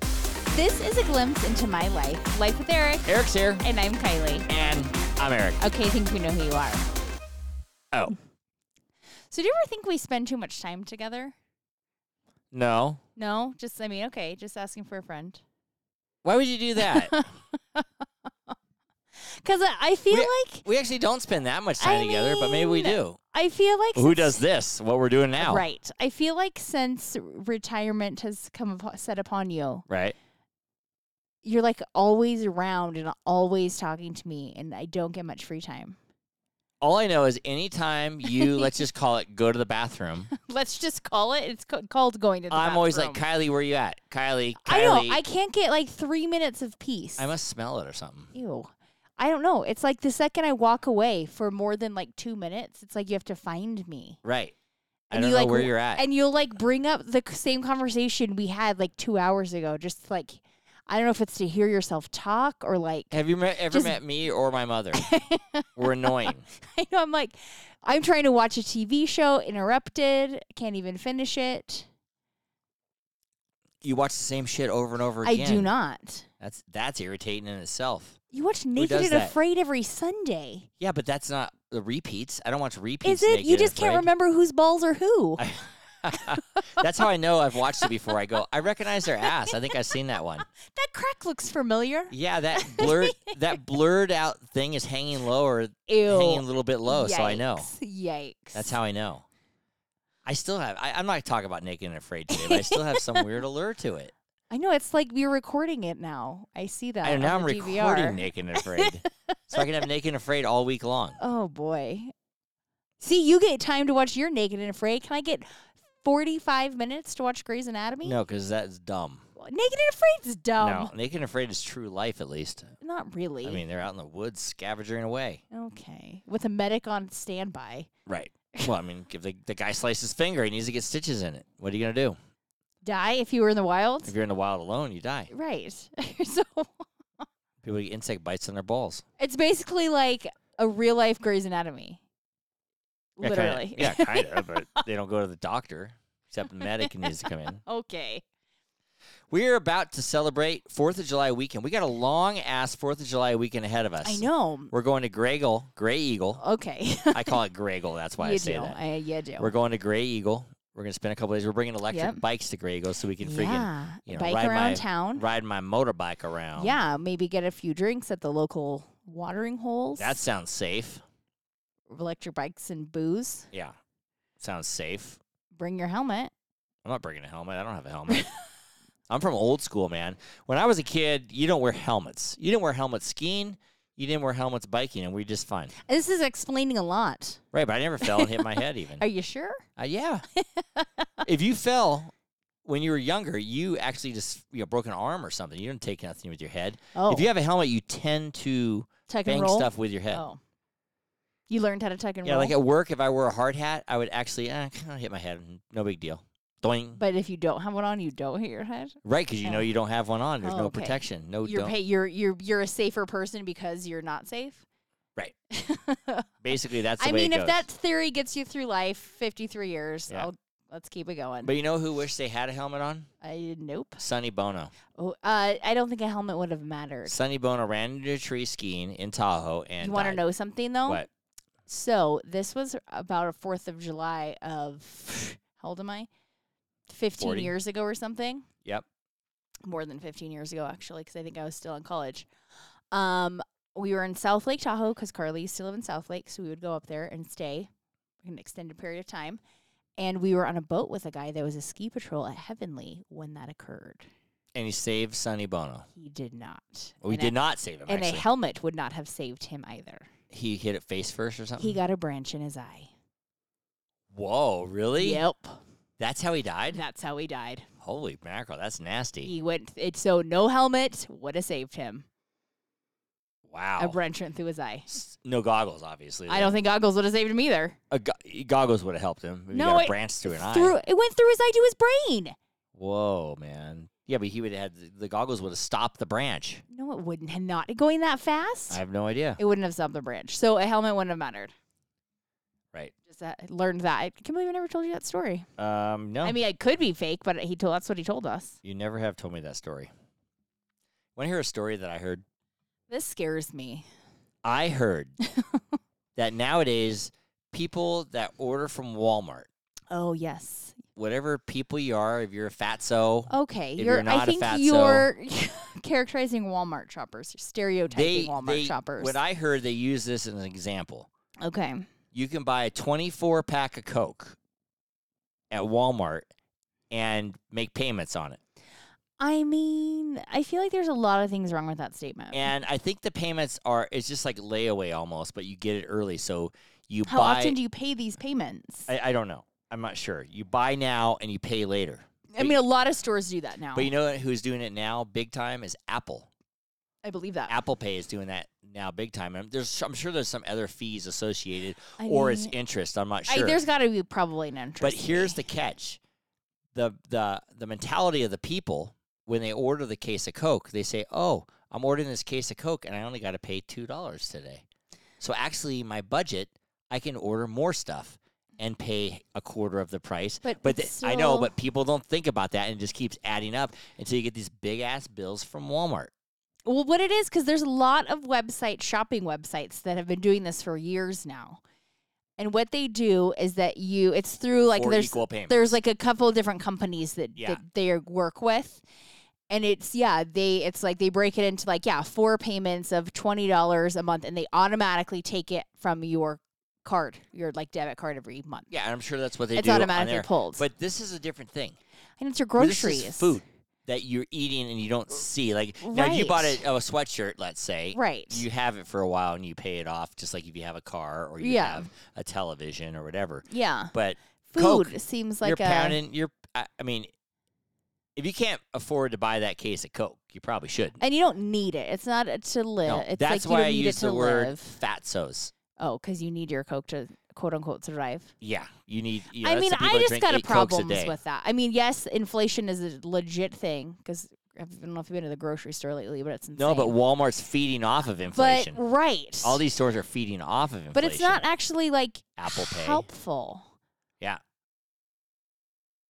This is a glimpse into my life, life with Eric, Eric's here, and I'm Kylie. and I'm Eric. Okay, I think we know who you are. Oh, So, do you ever think we spend too much time together? no. No, just I mean, okay, just asking for a friend. Why would you do that? Because I, I feel We- like we actually don't spend that much time I together, but maybe we mean, do. I feel like Who since- does this? What we're doing now. Right. I feel like since retirement has come up, set upon you, Right. you're like always around and always talking to me, and I don't get much free time. All I know is anytime you, let's just call it, go to the bathroom, Let's just call it. It's ca- called going to the I'm always like, bathroom. Kylie, where you at? Kylie, Kylie. I know. I can't get like three minutes of peace. I must smell it or something. Ew. I don't know. It's like the second I walk away for more than like two minutes, it's like you have to find me. Right. I And don't you, know like, where w- you're at. And you'll like bring up the c- same conversation we had like two hours ago. Just like, I don't know if it's to hear yourself talk or like, Have you met, ever Just- met me or my mother? We're annoying. I know I'm like, I'm trying to watch a TV show, interrupted, can't even finish it. You watch the same shit over and over I again. do not. That's that's irritating in itself. You watch Naked does and that? Afraid every Sunday. Yeah, but that's not the repeats. I don't watch Is repeats. it? Naked you and just can't Afraid. remember whose balls are who. That's how I know I've watched it before. I go, I recognize their ass. I think I've seen that one. that crack looks familiar. Yeah, that blurred that blurred out thing is hanging lower, Ew. hanging a little bit low. So I know. Yikes. Yikes. That's how I know. I still have. I, I'm not talking about naked and afraid today, but I still have some weird allure to it. I know it's like we're recording it now. I see that. I on now I'm the recording DVR. naked and afraid, so I can have naked and afraid all week long. Oh boy. See, you get time to watch your Naked and Afraid. Can I get 45 minutes to watch Grey's Anatomy? No, because that's dumb. Naked and Afraid's dumb. no, naked and afraid is true life. At least, Not really. I mean, they're out in the woods scavenging away. okay. With a medic on standby. Right. Well, I mean, if the, the guy sliced his finger, he needs to get stitches in it. What are you going to do? Die if you were in the wild? If you're in the wild alone, you die. Right. so People get insect bites in their balls. it's basically like a real life Grey's Anatomy. Yeah, kinda- Literally. yeah, kind of, but they don't go to the doctor, except the medic needs to come in. okay. We're about to celebrate 4th of July weekend. We got a long ass 4th of July weekend ahead of us. I know. We're going to Grey Eagle. Gray Eagle. Okay. I call it Grey Eagle. That's why you I say do. that. I, you do. We're going to Grey Eagle. We're going to spend a couple days. We're bringing electric Yep. bikes to Grey Eagle so we can freaking yeah. you know, Bike ride around my- town. ride my motorbike around. Yeah, maybe get a few drinks at the local watering holes. That sounds safe. electric bikes and booze. Yeah. Sounds safe. Bring your helmet. I'm not bringing a helmet. I don't have a helmet. I'm from old school, man. When I was a kid, you don't wear helmets. You didn't wear helmets skiing. You didn't wear helmets biking, and we just fine. This is explaining a lot. Right, but I never fell and hit my head even. Are you sure? Uh, yeah. if you fell when you were younger, you actually just you know broke an arm or something. You didn't take nothing with your head. Oh, If you have a helmet, you tend to tuck and bang roll. stuff with your head. Oh, you learned how to tuck and yeah, roll. like at work, if I wore a hard hat, I would actually eh, kinda hit my head. No big deal. Doing but if you don't have one on, you don't hit your head. Right, because you know Oh. you don't have one on. There's Oh, no okay. protection. No, You're don't. pay, you're you're you're a safer person because you're not safe. Right. Basically, that's the I way mean, it if goes. that theory gets you through life, fifty three years. Yeah. I'll, let's keep it going. But you know who wished they had a helmet on? I nope. Sonny Bono. Oh, uh, I don't think a helmet would have mattered. Sonny Bono ran into a tree skiing in Tahoe and. you want to died. know something though? what? So this was about a Fourth of July of how old am I? Fifteen 40. years ago or something. Yep. More than fifteen years ago, actually, because I think I was still in college. Um, we were in South Lake Tahoe because Carly used to live in South Lake, so we would go up there and stay for an extended period of time. And we were on a boat with a guy that was a ski patrol at Heavenly when that occurred. And he saved Sonny Bono. He did not. We And did a- not save him. And actually. a helmet would not have saved him either. he hit it face first or something. He got a branch in his eye. Whoa! Really? Yep. That's how he died. That's how he died. Holy mackerel! That's nasty. He went it so no helmet would have saved him. A wow. wrench went through his eye. S- no goggles, obviously. I don't think goggles would have saved him either. A go- goggles would have helped him. He No, got a it- branch through an eye. Through it went through his eye to his brain. Whoa, man. Yeah, but he would have had the goggles would have stopped the branch. No, it wouldn't have not going that fast. I have no idea. it wouldn't have stopped the branch. So a helmet wouldn't have mattered. Right. Just uh, learned that. I can't believe I never told you that story. Um, no. I mean, it could be fake, but he told that's what he told us. you never have told me that story. Want to hear a story that I heard? This scares me. I heard that nowadays people that order from Walmart, Oh yes. whatever people you are, if you're a fatso, Okay. If you're, you're not I a think fatso- you're characterizing Walmart shoppers, you're stereotyping they, Walmart they shoppers. what I heard they use this as an example. okay. You can buy a 24 pack of Coke at Walmart and make payments on it. I mean, I feel like there's a lot of things wrong with that statement. And I think the payments are it's just like layaway almost, but you get it early. So you How buy often do you pay these payments? I, I, I don't know. I'm not sure. You buy now and you pay later. but- mean, a lot of stores do that now. But you know who's doing it now big time is Apple. I believe that. Apple Pay is doing that now big time. And there's I'm sure there's some other fees associated I or it's mean, interest. I'm not I- sure. there's got to be probably an interest. but here's fee. the catch. The the the mentality of the people when they order the case of Coke, they say, "Oh, I'm ordering this case of Coke and I only got to pay $2 today." So actually my budget, I can order more stuff and pay a quarter of the price. But But it's th- I know, still- but people don't think about that and it just keeps adding up until you get these big ass bills from Walmart. Well, what it is, because there's a lot of website shopping websites that have been doing this for years now. And what they do is that you, it's through like for there's equal payments. there's like a couple of different companies that, Yeah. that they work with, and it's yeah they it's like they break it into like yeah four payments of twenty dollars a month, and they automatically take it from your card, your like debit card every month. Yeah, and I'm sure that's what they it's do on automatically there. pulled, But this is a different thing. and it's your Well, this groceries, is food that you're eating and you don't see. Like now, you bought a, Right. a sweatshirt, let's say. right? You have it for a while and you pay it off, just like if you have a car or you Yeah. have a television or whatever. yeah, But food Coke, seems like you're a pounding. You're. I, I mean, if you can't afford to buy that case of Coke, you probably shouldn't. And you don't need it. It's not to live. No, it's that's like why you don't I need use it to the word live. fatsos. Oh, because you need your Coke to quote unquote survive. Yeah, you need. You I mean, I just got got a problem problems with that. I mean, yes, inflation is a legit thing because I don't know if you've been to the grocery store lately, but it's insane. No, but Walmart's feeding off of but inflation. right, All these stores are feeding off of inflation. but it's not actually like Apple Pay. helpful. Yeah.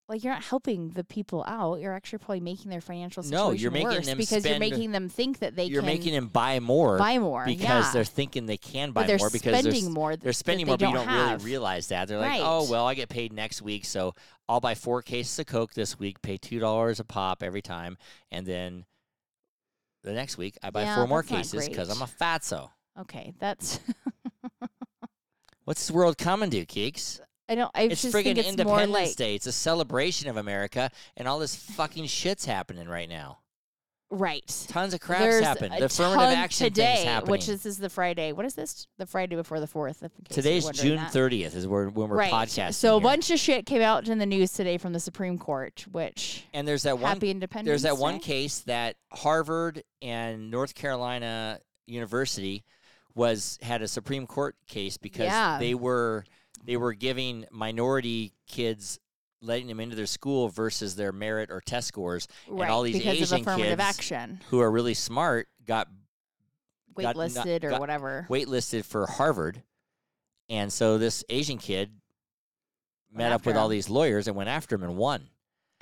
Like you're not helping the people out. You're actually probably making their financial situation No, you're making worse them because you're spend- making them think that they You're can making them buy more buy more because yeah. they're thinking they can But buy they're more because they're, spending s- more. they're spending more, that they but you don't have. really realize that. They're like, Right. oh, well, I get paid next week, so I'll buy four cases of Coke this week, pay $2 a pop every time, and then the next week I buy Yeah, four more that's not cases because I'm a great. fatso. Okay, that's What's this world coming to, geeks? I don't. I It's just think friggin' it's more Independence like Day. It's a celebration of America, and all this fucking shit's happening right now. right. Tons of crap's There's happened. a The affirmative ton action today, thing's happening. which is this is the Friday. What is this? The Friday before the fourth. if in case you're Today's wondering June that. thirtieth is where when we're right. podcasting. So a here. bunch of shit came out in the news today from the Supreme Court, which and there's that one happy independence. there's that one Day? case that Harvard and North Carolina University was had a Supreme Court case because Yeah. they were they were giving minority kids letting them into their school versus their merit or test scores right, all these because Asian of affirmative kids action, who are really smart got Got- not- waitlisted or got- whatever. waitlisted for Harvard and so this Asian kid met up after with all him. these lawyers and went after him and won.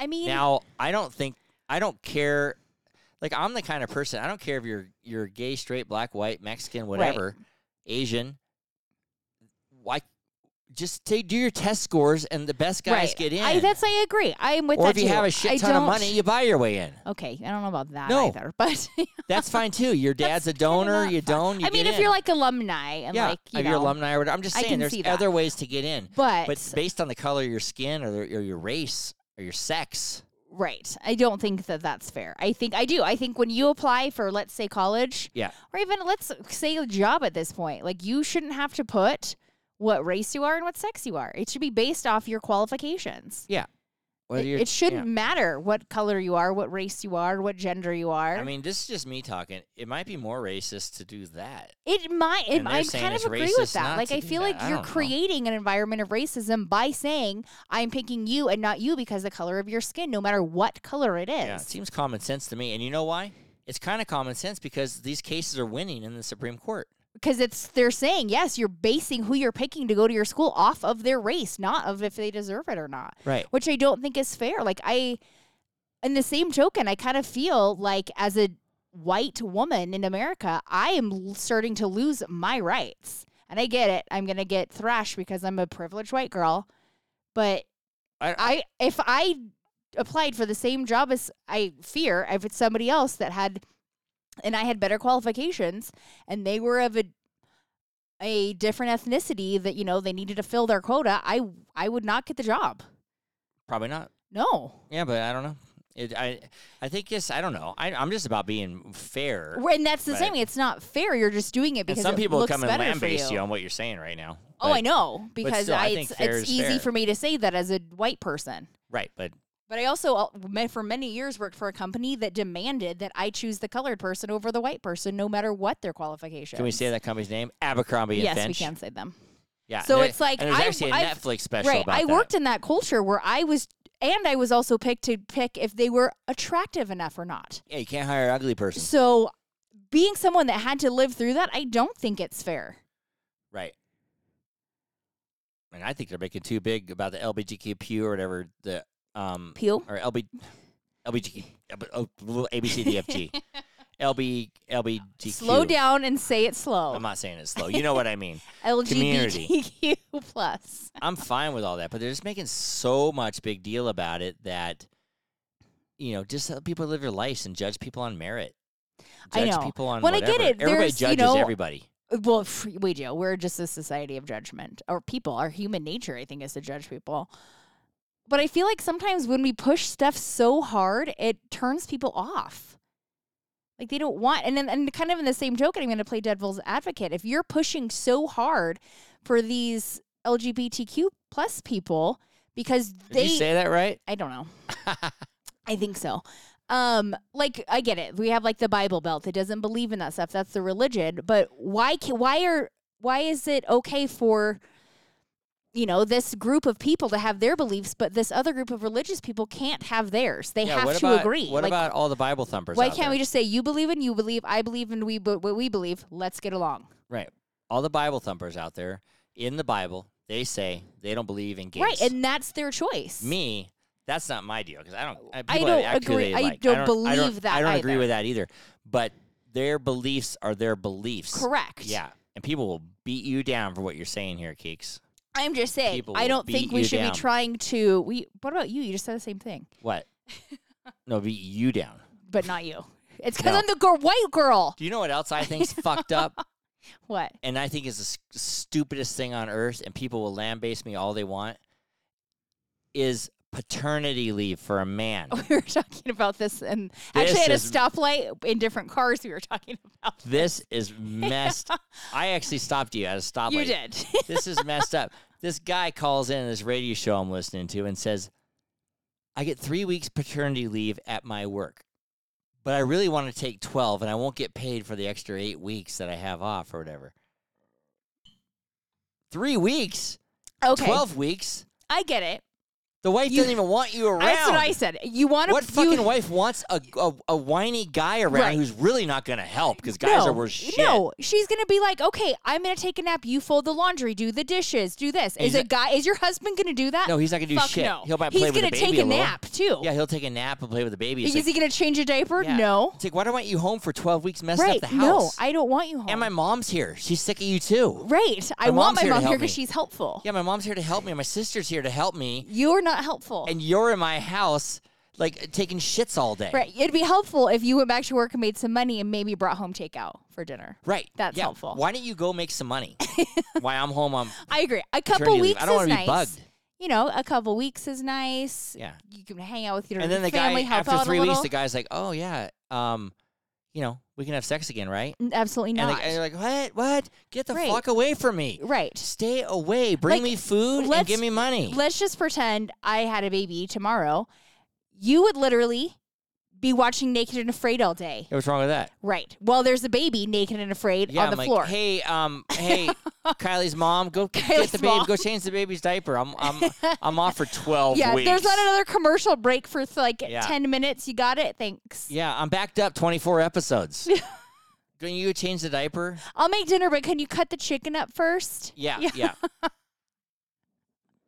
I mean, Now, I don't think I don't care. Like I'm the kind of person I don't care if you're you're gay, straight, black, white, Mexican, whatever, Asian. Why? Just take, do your test scores, and the best guys right. get in. I, that's I agree. I am with or that if you too. have a shit I ton of don't- money, you buy your way in. Okay, I don't know about that No. either, but That's fine too. Your dad's a donor. not You don't. You I mean, get if you're in. like alumni and yeah, like you if know, you're alumni or whatever. I'm just I saying, can there's see that. other ways to get in, but, but based on the color of your skin or, the, or your race or your sex. right, I don't think that that's fair. I think I do. I think when you apply for let's say college, Yeah. or even let's say a job at this point, like you shouldn't have to put what race you are and what sex you are. It should be based off your qualifications. Whether it, you're, it shouldn't yeah. matter what color you are, what race you are, what gender you are. I mean, this is just me talking. It might be more racist to do that. It might. It, And they're I saying kind of it's agree racist with that. not Like, to I do feel that. like I you're don't know. creating an environment of racism by saying I'm picking you and not you because the color of your skin, no matter what color it is. Yeah, it seems common sense to me. And you know why? It's kind of common sense because these cases are winning in the Supreme Court. Because it's they're saying yes, you're basing who you're picking to go to your school off of their race, not of if they deserve it or not. Right. Which I don't think is fair. Like I, in the same token, I kind of feel like as a white woman in America, I am l- starting to lose my rights. And I get it. I'm going to get thrashed because I'm a privileged white girl. But I- I if I applied for the same job as I fear, if it's somebody else that had and I had better qualifications and they were of a a different ethnicity that you know they needed to fill their quota, I I would not get the job. Probably not. No. Yeah, but I don't know. It, I I think yes. I don't know. I, I'm just about being fair. Well, And that's the same Right. thing. It's not fair. You're just doing it And because some it people looks come and better for lambaste you. you. on what you're saying right now. Oh, I But- know because still, I I, think it's, fair it's is easy fair. for me to say that as a white person. Right, but But I also, uh, ma- for many years, worked for a company that demanded that I choose the colored person over the white person, no matter what their qualification. can we say that company's name? Abercrombie Yes, and Finch. we can say them. Yeah. So there- it's like, and there's I've- actually a I've- Netflix special right. about I that. worked in that culture where I was, and I was also picked to pick if they were attractive enough or not. Yeah, you can't hire an ugly person. So, being someone that had to live through that, I don't think it's fair. Right. And I think they're making too big about the LBGQ or whatever the um Peel. or LB LBGQ oh, little ABCDFG LB LBGQ. Slow down and say it slow. I'm not saying it's slow. You know what I mean. Community. LGBTQ plus. I'm fine with all that, but they're just making so much big deal about it that you know, just let people live their lives and judge people on merit. I Judge know. people on When I get whatever. it, Everybody there's, you judges know, everybody. Uh, Well, f- we do. We're just a society of judgment, or people. Our human nature, I think, is to judge people. But I feel like sometimes when we push stuff so hard, it turns people off. Like they don't want, and then and kind of in the same joke, and I'm going to play devil's advocate. If you're pushing so hard for these LGBTQ plus people because Did they you say that right? I don't know. I think so. Um, like I get it. We have like the Bible Belt that doesn't believe in that stuff. That's the religion. But why? Can, why are? Why is it okay for? You know, this group of people to have their beliefs, but this other group of religious people can't have theirs. They yeah, have what to about, agree. What Like, about all the Bible thumpers? why out can't we just say you believe and you believe, I believe and we but what we believe. Let's get along. Right. All the Bible thumpers out there in the Bible, they say they don't believe in gays. Right, and that's their choice. me, that's not my deal because I don't. I, I people don't act who agree- they I like. don't I don't I don't, believe that I don't agree either. with that either. But their beliefs are their beliefs. Correct. Yeah, and people will beat you down for what you're saying here, Keeks. I'm just saying. People I will don't beat think we you should down. be trying to. We. What about you? You just said the same thing. What? no, beat you down. but not you. It's because No. I'm the girl, white girl. Do you know what else I think's fucked up? What? and I think it's the s- stupidest thing on earth, and people will lambaste me all they want, is paternity leave for a man. We were talking about this, and This actually at a is- stoplight in different cars, we were talking about. this is messed. I actually stopped you at a stoplight. you did. This is messed up. This guy calls in this radio show I'm listening to and says, "I get three weeks paternity leave at my work, but I really want to take twelve, and I won't get paid for the extra eight weeks that I have off or whatever." Three weeks, okay, twelve weeks. I get it. The wife You- doesn't even want you around. That's what I said. You want to What fucking wife wants a, a, a whiny guy around Right. who's really not going to help because guys no, are worth shit. No, she's gonna be like, okay, I'm gonna take a nap. You fold the laundry, do the dishes, do this. And Is he's a guy? Is your husband gonna do that? No, he's not going to do Fuck shit. no. He'll might He's play with gonna the baby take a a little. nap too. Yeah, he'll take a nap and play with the baby. It's Is like, he gonna change a diaper? yeah. No. It's like, why do I want you home for 12 weeks messing Right. up the No, house? I don't want you home. and my mom's here. She's sick of you too. Right. I My mom's want my here to mom here because help me. she's helpful. Yeah, my mom's here to help me. My sister's here to help me. You're not helpful. And you're in my house, like, taking shits all day. right. It'd be helpful if you went back to work and made some money and maybe brought home takeout for dinner. Right. That's Yeah. helpful. Why don't you go make some money while I'm home on I agree. A paternity couple leave? weeks I don't is wanna nice. be bugged. You know, a couple weeks is nice. Yeah. You can hang out with your and then the family, guy help after out three a weeks, little. the guy's like, "Oh yeah, um, you know, we can have sex again, right?" N- Absolutely And, not. the, and you're like, "What? What? Get the Right. fuck away from me! right. Stay away! Bring Like, me food and let's- give me money." Let's just pretend I had a baby tomorrow. You would literally be watching Naked and Afraid all day. Yeah, What's wrong with that? Right. Well, there's a baby naked and afraid Yeah, on the I'm like, floor. hey, um, hey, Kylie's mom, go get Kylie's the baby, mom. go change the baby's diaper. I'm, I'm, I'm off for twelve yeah, weeks. there's not another commercial break for like Yeah. 10 minutes. You got it. Thanks. yeah, I'm backed up twenty four episodes. Can you change the diaper? I'll make dinner, but can you cut the chicken up first? Yeah, yeah. Yeah.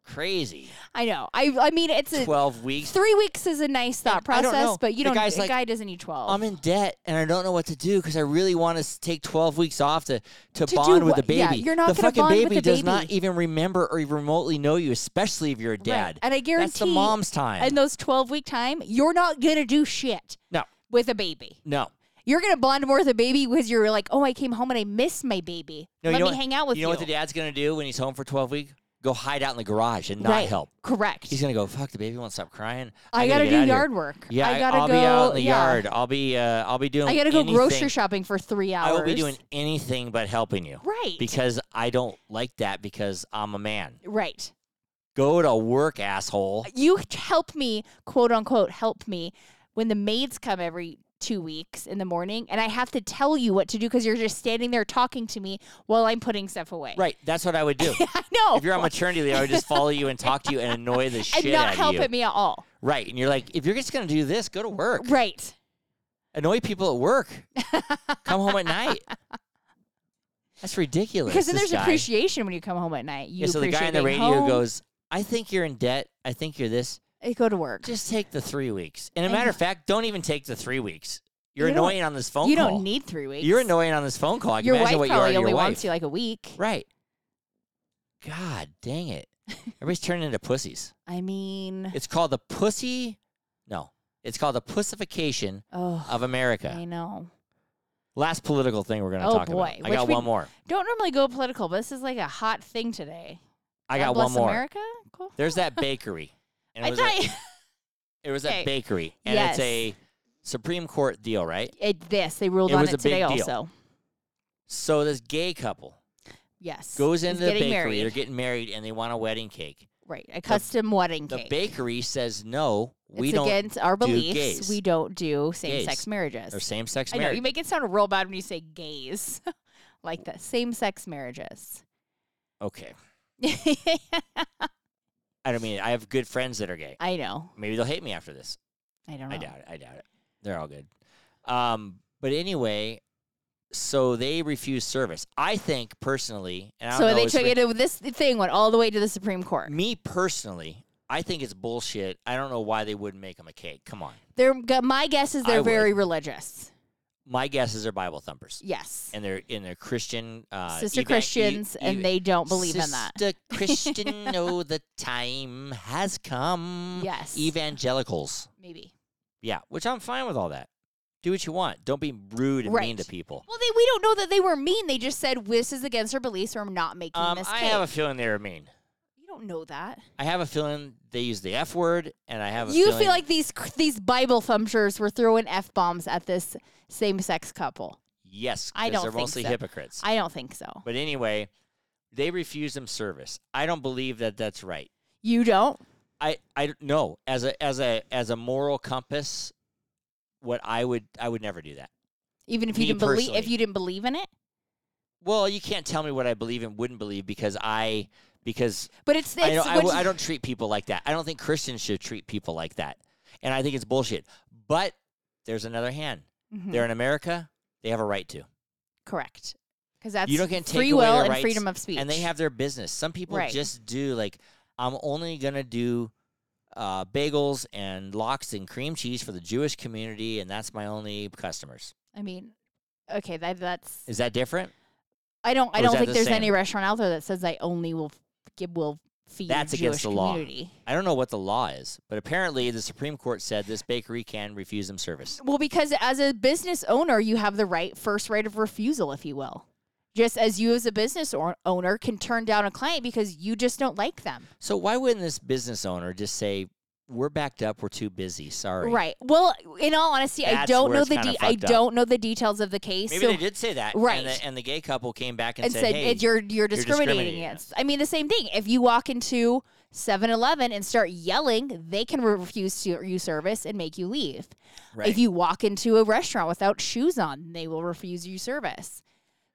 crazy. I know. I I mean, it's a Twelve weeks. three weeks is a nice thought I don't know. process, but you The don't. guy's a like, guy doesn't need 12 I'm in debt and I don't know what to do because I really want to take 12 weeks off to, to, do bond with the what- yeah, baby. you're not the gonna fucking bond with baby the does not baby. even remember or even remotely know you, especially if you're a Right. dad. And I guarantee That's the mom's time. in those 12 week time, you're not gonna do shit no, with a baby. no. You're gonna bond more with a baby because you're like, oh, I came home and I missed my baby. no Let you know me what- hang out with you. You know what the dad's going to do when he's home for 12 weeks? Go hide out in the garage and not Right. help. Correct. He's going to go, fuck, the baby won't stop crying. I gotta gotta get do outta here." yard work. Yeah, I gotta I'll go be out in the yeah. yard. I'll be, uh, I'll be doing. I gotta go anything. grocery shopping for three hours. I will be doing anything but helping you right, because I don't like that because I'm a man. right. Go to work, asshole. You t- help me, quote unquote, help me when the maids come every two weeks in the morning, and I have to tell you what to do because you're just standing there talking to me while I'm putting stuff away. Right. That's what I would do. I know. if you're on maternity leave, I would just follow you and talk to you and annoy the shit and not out helping of you. me at all. Right. And you're like, if you're just going to do this, go to work. Right. Annoy people at work. Come home at night. That's ridiculous. Because then this there's guy. appreciation when you come home at night. You Yeah, so the appreciate guy on the being radio home. goes, I think you're in debt. I think you're this. I go to work. Just take the three weeks. And a I matter know. of fact, don't even take the three weeks. You're You don't- annoying on this phone You call. don't need three weeks. You're annoying on this phone call. I can Your wife imagine what you are probably to your only wife. wants you like a week. Right. God dang it. Everybody's turning into pussies. I mean, It's called the pussy. No, it's called the pussification oh, of America. I know. Last political thing we're going to Oh, talk boy. about. I Which got we- one more. Don't normally go political, but this is like a hot thing today. I God got bless one more. America. Cool. There's that bakery. And it I was, a, thought it was okay. a bakery, and Yes. it's a Supreme Court deal, right? it, this they ruled It on was it a big today deal. also. So this gay couple Yes. goes He's into the bakery. getting married. They're getting married, and they want a wedding cake. right. A custom wedding The cake. bakery says no. We it's don't against our do beliefs. gays. We don't do same-sex Gays. marriages. or same-sex I know marriage. you make it sound real bad when you say gays, like that same-sex marriages. okay. I don't mean. I have good friends that are gay. I know. Maybe they'll hate me after this. I don't know. I doubt it. I doubt it. They're all good. Um, but anyway, so they refuse service. I think personally, and I don't So know they it's took re- it. This thing went all the way to the Supreme Court. Me personally, I think it's bullshit. I don't know why they wouldn't make them a cake. Come on, They're gu- my guess is I they're would. very religious. my guess is they're Bible thumpers, Yes, and they're in their Christian uh, sister Christians, and they don't believe in that. Sister Christian, know the time has come. Yes. evangelicals. Maybe. Yeah, which I'm fine with all that. Do what you want. Don't be rude and Right. mean to people. Well, they, we don't know that they were mean. They just said this is against our beliefs, or I'm not making Um, this I cake. have a feeling they were mean. you don't know that. I have a feeling they use the F word, and I have a You feeling feel like these these Bible thumpers were throwing f bombs at this same sex couple. yes, I 'cause don't they're think mostly so. hypocrites. I don't think so. but anyway, they refuse them service. I don't believe that that's right. You don't. I I don't- no as a as a as a moral compass, what I would I would never do that. Even if you Me didn't believe, if personally. you didn't believe in it, Well, you can't tell me what I believe and wouldn't believe because I because but it's, it's I don't, I, what w- you- I don't treat people like that. I don't think Christians should treat people like that, and I think it's bullshit. But there's another hand. Mhm. They're in America. They have a right to. correct because that's you don't get to take free away will their and rights, freedom of speech. and they have their business. Some people Right. just do like I'm only gonna do uh, bagels and lox and cream cheese for the Jewish community, and that's my only customers. I mean, okay, that that's. Is that different? I don't. or I is don't that think the there's same? any restaurant out there that says I only will give will feed That's Jewish against the law. community. I don't know what the law is, but apparently the Supreme Court said this bakery can refuse them service. Well, because as a business owner, you have the right first right of refusal, if you will. Just as you, as a business or- owner, can turn down a client because you just don't like them. So why wouldn't this business owner just say, "We're backed up. We're too busy. Sorry." Right. Well, in all honesty, I That's don't where know it's the kinda de- I fucked up. don't know the details of the case. Maybe so they did say that, Right. And the, and the gay couple came back and, and said "Hey, "It- you're you're discriminating discriminating against. I mean, the same thing. If you walk into 7-Eleven and start yelling, they can refuse to you service and make you leave. right. If you walk into a restaurant without shoes on, they will refuse you service.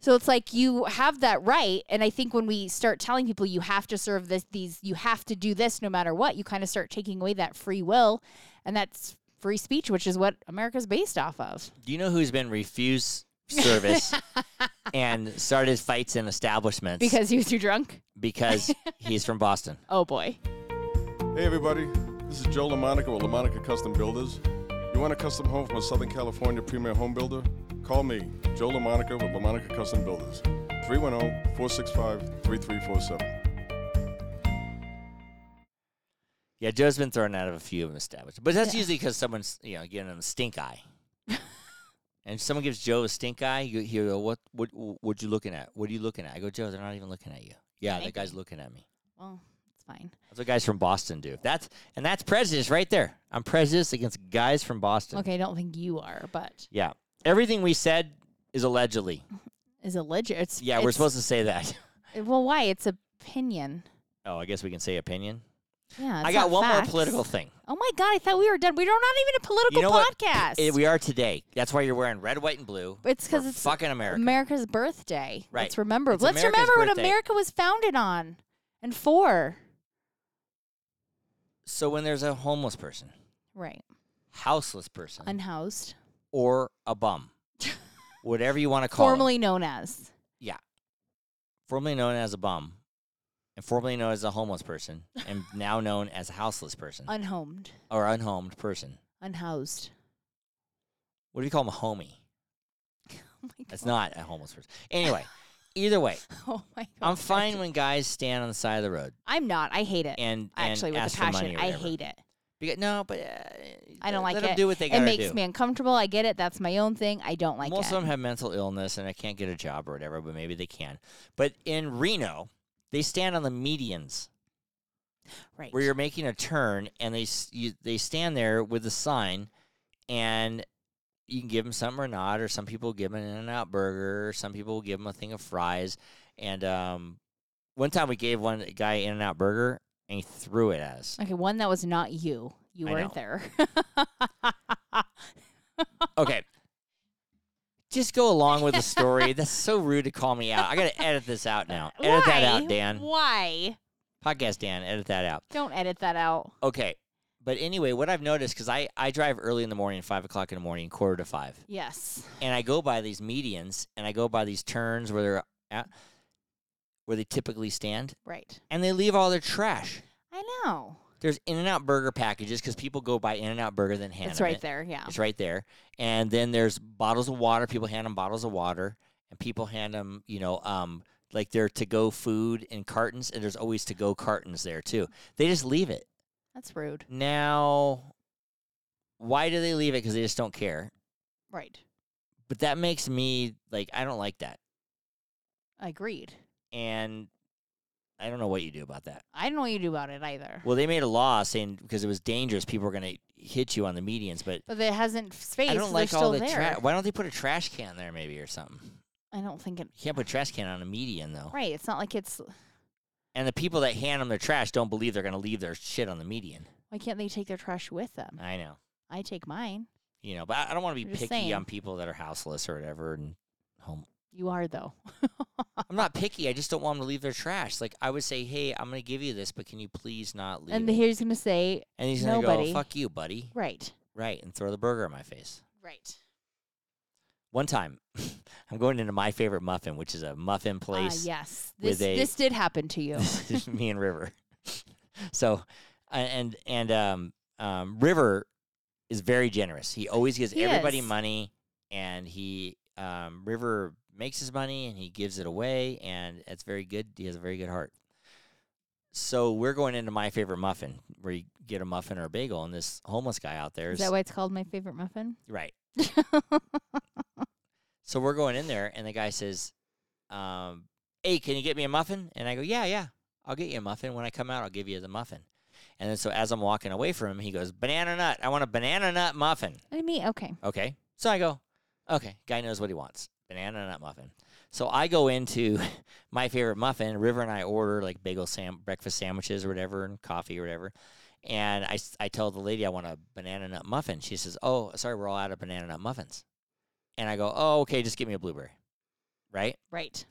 So it's like you have that right, and I think when we start telling people you have to serve this, these, you have to do this no matter what, you kind of start taking away that free will, and that's free speech, which is what America's based off of. Do you know who's been refused service and started fights in establishments Because he was too drunk. because he's from Boston. Oh boy. Hey everybody, this is Joe LaMonica with LaMonica Custom Builders. You want a custom home from a Southern California premier home builder? Call me, Joe LaMonica with LaMonica Custom Builders, 310-465-3347. Yeah, Joe's been thrown out of a few of them established, but that's usually because someone's you know giving him a stink eye. and if someone gives Joe a stink eye, you he'll go, "What? What? What you looking at? What are you looking at?" I go, "Joe, they're not even looking at you." Yeah, that Thank guy's looking at me. Well, it's fine. That's what guys from Boston do. That's and that's prejudice right there. I'm prejudiced against guys from Boston. Okay, I don't think you are, but Yeah, everything we said is allegedly. is it legit? It's, Yeah, we're supposed to say that. to. Well, why? It's opinion. Oh, I guess we can say opinion. Yeah. I it's got not one facts. more political thing. Oh my god! I thought we were done. We're not even a political You know what? podcast. Eh, we are today. That's why you're wearing red, white, and blue. It's 'cause We're it's fucking America. America's birthday. Right. Let's remember. It's Let's America's remember what birthday. America was founded on and for. so when there's a homeless person, Right. houseless person, Unhoused, or a bum, whatever you want to call 'em, formerly known as. formerly known as a bum, and formerly known as a homeless person, and now known as a houseless person Unhomed. or unhomed person. Unhoused. What do you call him? A homie. Oh my god. That's not a homeless person. Anyway, either way, Oh my god. I'm fine when guys stand on the side of the road I'm not. I hate it. and, and Actually, with ask a for money passion, or I whatever. hate it. Because, no, but uh, I don't let like them it. do what they It gotta makes do. me uncomfortable. I get it. That's my own thing. I don't like Most it. of them have mental illness and I can't get a job or whatever, but maybe they can. But in Reno, they stand on the medians right. where you're making a turn, and they s- you, they stand there with a sign, and you can give them something or not, or some people give them an In-N-Out burger, or some people will give them a thing of fries. And um, one time we gave one guy In-N-Out burger, and he threw it at us. okay, one that was not you. You I weren't know. there. Okay. Just go along with the story. That's so rude to call me out. I got to edit this out now. Edit that Why? out, Dan. Why? Podcast Dan, edit that out. Don't edit that out. Okay. But anyway, what I've noticed, because I, I drive early in the morning, 5 o'clock in the morning, quarter to 5, Yes. and I go by these medians and I go by these turns where they're at, where they typically stand, Right. and they leave all their trash. I know. There's In N Out Burger packages because people go by In N Out Burger, then hand It's them right it. there. Yeah. It's right there. And then there's bottles of water. People hand them bottles of water, and people hand them, you know, um, like their to go food in cartons. And there's always to go cartons there too. They just leave it. That's rude. Now, why do they leave it? Because they just don't care. Right. But that makes me like I don't like that, Agreed. and I don't know what you do about that. I don't know what you do about it either. Well, they made a law saying because it was dangerous, people were going to hit you on the medians, but. but it hasn't space. I so don't like they're all still the there. trash. Why don't they put a trash can there, maybe, or something? You I don't think it. can't put a trash can on a median, though. Right. It's not like it's. And the people that hand them their trash don't believe they're going to leave their shit on the median. Why can't they take their trash with them? I know, I take mine. you know, but I I don't want to be I'm just picky saying. on people that are houseless or whatever. And home, You are though. I'm not picky. I just don't want them to leave their trash. Like I would say, hey, I'm going to give you this, but can you please not leave? and it?" here's gonna say and he's going to go, nobody. fuck you, buddy, right. right, and throw the burger in my face. Right. One time, I'm going into my favorite muffin, which is a Ah, muffin place. yes. This with a- this did happen to you. me and River. so, a- and and um, um, River is very generous. He always gives He everybody is. money, and he um, River makes his money and he gives it away, and it's very good. He has a very good heart. So we're going into my favorite muffin, where you get a muffin or a bagel, and this homeless guy out there Is is that why it's called my favorite muffin? right. So we're going in there, and the guy says, um, "Hey, can you get me a muffin?" And I go, "Yeah, yeah, I'll get you a muffin. When I come out, I'll give you the muffin." And then so as I'm walking away from him, he goes, "Banana nut. I want a banana nut muffin." I mean, okay. Okay. So I go, "Okay, guy knows what he wants. Banana nut muffin." So I go into my favorite muffin. River and I order like bagel sam breakfast sandwiches or whatever, and coffee or whatever. And I, s- I tell the lady I want a banana nut muffin. She says, "Oh, sorry, we're all out of banana nut muffins." And I go, "Oh, okay, just give me a blueberry." Right? Right.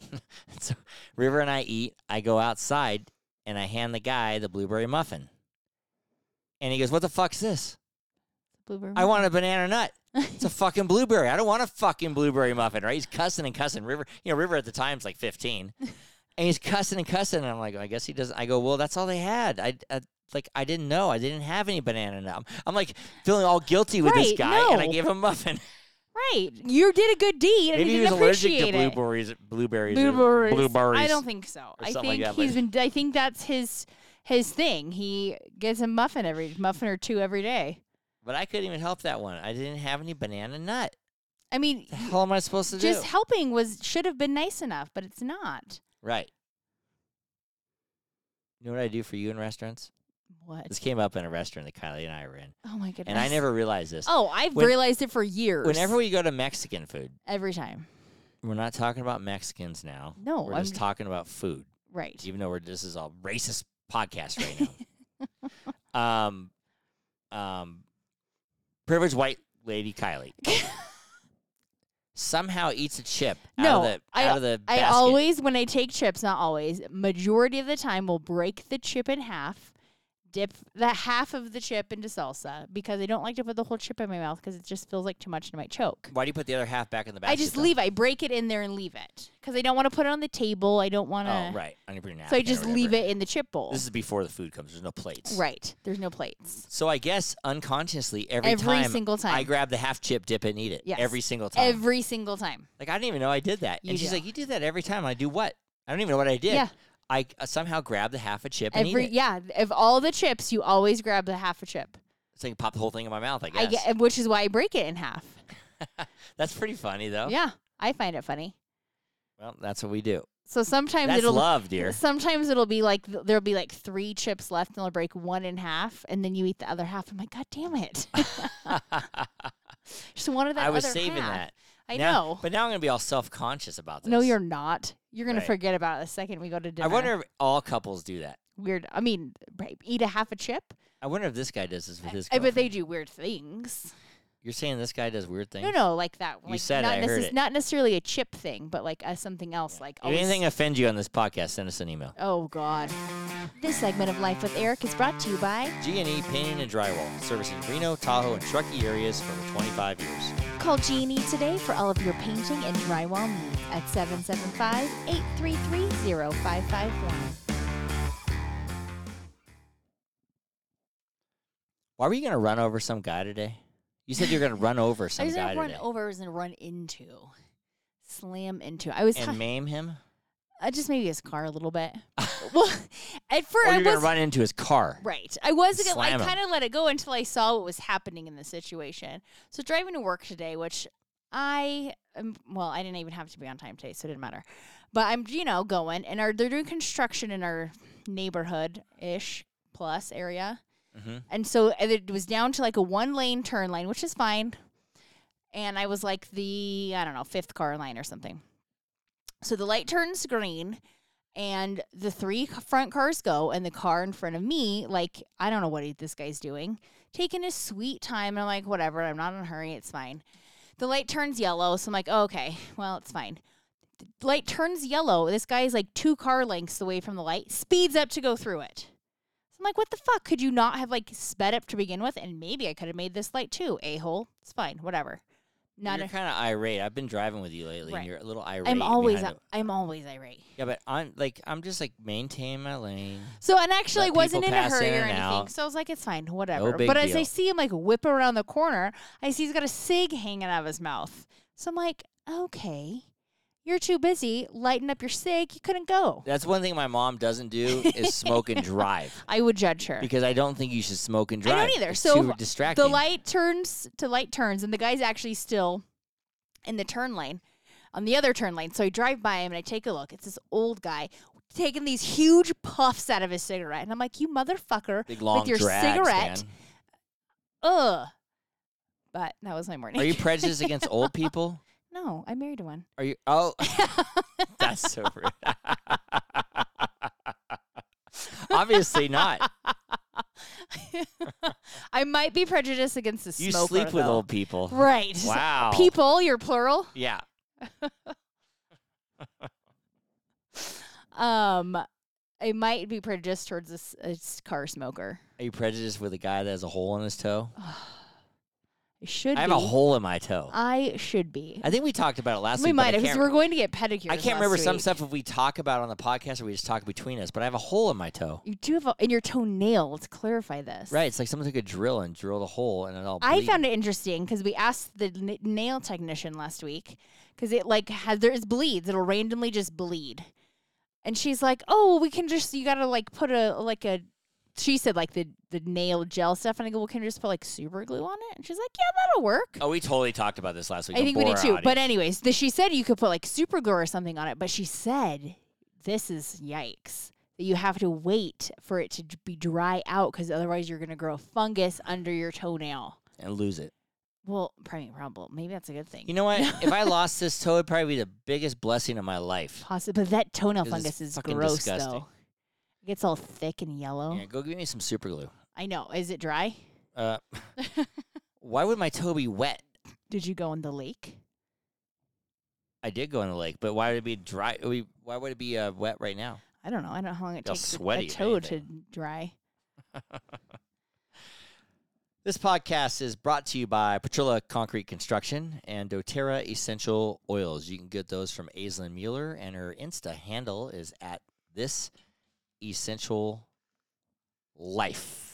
so River and I eat. I go outside and I hand the guy the blueberry muffin. And he goes, "What the fuck's this? Blueberry. I want a banana nut. It's a fucking blueberry. I don't want a fucking blueberry muffin." Right? He's cussing and cussing. River, you know, River at the time's like 15. and he's cussing and cussing. And I'm like, I guess he doesn't. I go, well, that's all they had. I, I like, I didn't know. I didn't have any banana nut. I'm like feeling all guilty with this Right, guy, and I no. gave him a muffin. Right. You did a good deed and Maybe he he didn't was allergic to appreciate it. blueberries. Blueberries. or Blueberries. Blueberries. I don't think so. I something think like that, he's been I think that's his his thing. He gets a muffin every muffin or two every day. But I couldn't even help that one. I didn't have any banana nut. I mean, The hell am I supposed to just do? helping was should have been nice enough, but it's not. Right. You know what I do for you in restaurants? What? This came up in a restaurant that Kylie and I were in, Oh my goodness. and I never realized this. Oh, I've when- realized it for years. Whenever we go to Mexican food, every time. we're not talking about Mexicans now. No, we're I'm just talking about food, Right. even though we're this is all racist podcast right now. um, um, privileged white lady Kylie somehow eats a chip out No, of the I- out of the I basket. always, when I take chips, not always, majority of the time, will break the chip in half, dip the half of the chip into salsa because I don't like to put the whole chip in my mouth because it just feels like too much and I might choke. Why do you put the other half back in the basket? I just though? leave. I break it in there and leave it because I don't want to put it on the table. I don't want Oh, to. right. On your So I just leave it in the chip bowl. This is before the food comes. There's no plates. right. There's no plates. So I guess unconsciously, every, Every time single time. I grab the half chip, dip, it, and eat it. Yes. Every single time. Every single time. like I didn't even know I did that. You and she's do. like, "You do that every time." I do what? I don't even know what I did. Yeah. I uh, somehow grabbed the half a chip and Every eat it. yeah, of all the chips, you always grab the half a chip. It's like pop the whole thing in my mouth. I guess I get, which is why I break it in half. that's pretty funny though. Yeah, I find it funny. Well, that's what we do. So sometimes That's it'll love, dear. sometimes it'll be like th- there'll be like three chips left, and I'll break one in half, and then you eat the other half. I'm like, God damn it! Just wanted that. I was other saving half. that. I Now- know. But now I'm gonna be all self conscious about this. no, you're not. You're gonna Right. forget about it the second we go to I dinner. wonder if all couples do that. Weird. I mean, right, eat a half a chip. I wonder if this guy does this with his. I bet girlfriend. they do weird things. You're saying this guy does weird things. No, no, like that. Like said it, not I heard necess- it. Not necessarily a chip thing, but like uh, something else. Like If always- anything uh offend you on this podcast, send us an email. Oh God. This segment of Life with Eric is brought to you by G&E Painting and Drywall, servicing Reno, Tahoe, and Truckee areas for over 25 years. Call G&E today for all of your painting and drywall needs at 775-833-0551. Why were you going to run over some guy today? You said you were going to run over I some was guy gonna run today over, I was gonna run into, slam into. I was and I maim him? just maybe his car a little bit. well, at first Or I you're going to was run into his car? Right. I was gonna, I Slam 'em. kind of let it go until I saw what was happening in the situation. So driving to work today, which I am, well, I didn't even have to be on time today, so it didn't matter. But I'm, you know, going and our, they're doing construction in our neighborhood ish plus area. Mhm. And so and it was down to like a one lane turn lane, which is fine. And I was like the, I don't know, fifth car line or something. So the light turns green and the three c- front cars go and the car in front of me like i don't know what he- this guy's doing taking his sweet time and i'm like whatever i'm not in a hurry it's fine the light turns yellow so i'm like oh, okay well it's fine the light turns yellow this guy is like two car lengths away from the light speeds up to go through it so i'm like what the fuck could you not have like sped up to begin with and maybe i could have made this light too a-hole it's fine whatever not you're a, kind of irate. I've been driving with you lately, Right. and you're a little irate. i'm always behind up, i'm always irate the- Yeah, but I'm like I'm just like maintain my lane. So and actually I Let wasn't in people a pass hurry in or and anything. out. So I was like, it's fine, whatever. big but as I deal. see him like whip around the corner, I see he's got a cig hanging out of his mouth. So I'm like, okay, you're too busy lighting up your cig. You couldn't go. That's one thing my mom doesn't do is smoke and drive I would judge her. because I don't think you should smoke and I drive. don't either. It's So too the distracting. the light turns to light turns, and the guy's actually still in the turn lane, on the other turn lane. So I drive by him and I take a look. It's this old guy taking these huge puffs out of his cigarette, and I'm like, you motherfucker, Big long with your drags, cigarette. man. ugh. But that was my morning. Are you prejudiced against old people? no, I married one. Are you? Oh, that's so rude. Obviously not. I might be prejudiced against the You smoker. sleep with though. old people. right? Wow. People, you're plural. Yeah. Um, I might be prejudiced towards this, car smoker. Are you prejudiced with a guy that has a hole in his toe? It should I have be. a hole in my toe. I should be. I think we talked about it last we week. but might I have can't, because we're going to get pedicures. I can't last remember some week. stuff if we talk about on the podcast or we just talk between us. But I have a hole in my toe. You do have a, in your toenail. Let's clarify this. Right, it's like someone took a drill and drilled a hole, and it all. I bleed. found it interesting because we asked the n- nail technician last week because it like has there's bleeds. It'll randomly just bleed, and she's like, "Oh, we can just you gotta like put a like a." She said like the the nail gel stuff, and I go, "Well, can you just put like super glue on it?" And she's like, "Yeah, that'll work." Oh, we totally talked about this last week. I Don't think we bore did our too. But audience. anyways, the, she said you could put like super glue or something on it, but she said this is yikes. That you have to wait for it to d- be dry out because otherwise you're gonna grow fungus under your toenail. and lose it. Well, probably problem. Maybe that's a good thing. You know what? if I lost this toe, it'd probably be the biggest blessing of my life. Possi- but that toenail 'Cause it's fungus is fucking gross disgusting. though. It gets all thick and yellow. Yeah, go give me some super glue. I know. Is it dry? Uh, why would my toe be wet? Did you go in the lake? I did go in the lake, but why would it be dry? it would be- Why would it be uh, wet right now? I don't know. I don't know how long it They'll takes a- sweaty a if toe to anything. dry. This podcast is brought to you by Petrilla Concrete Construction and doTERRA Essential Oils. You can get those from Aislinn Mueller, and her Insta handle is at this essential life.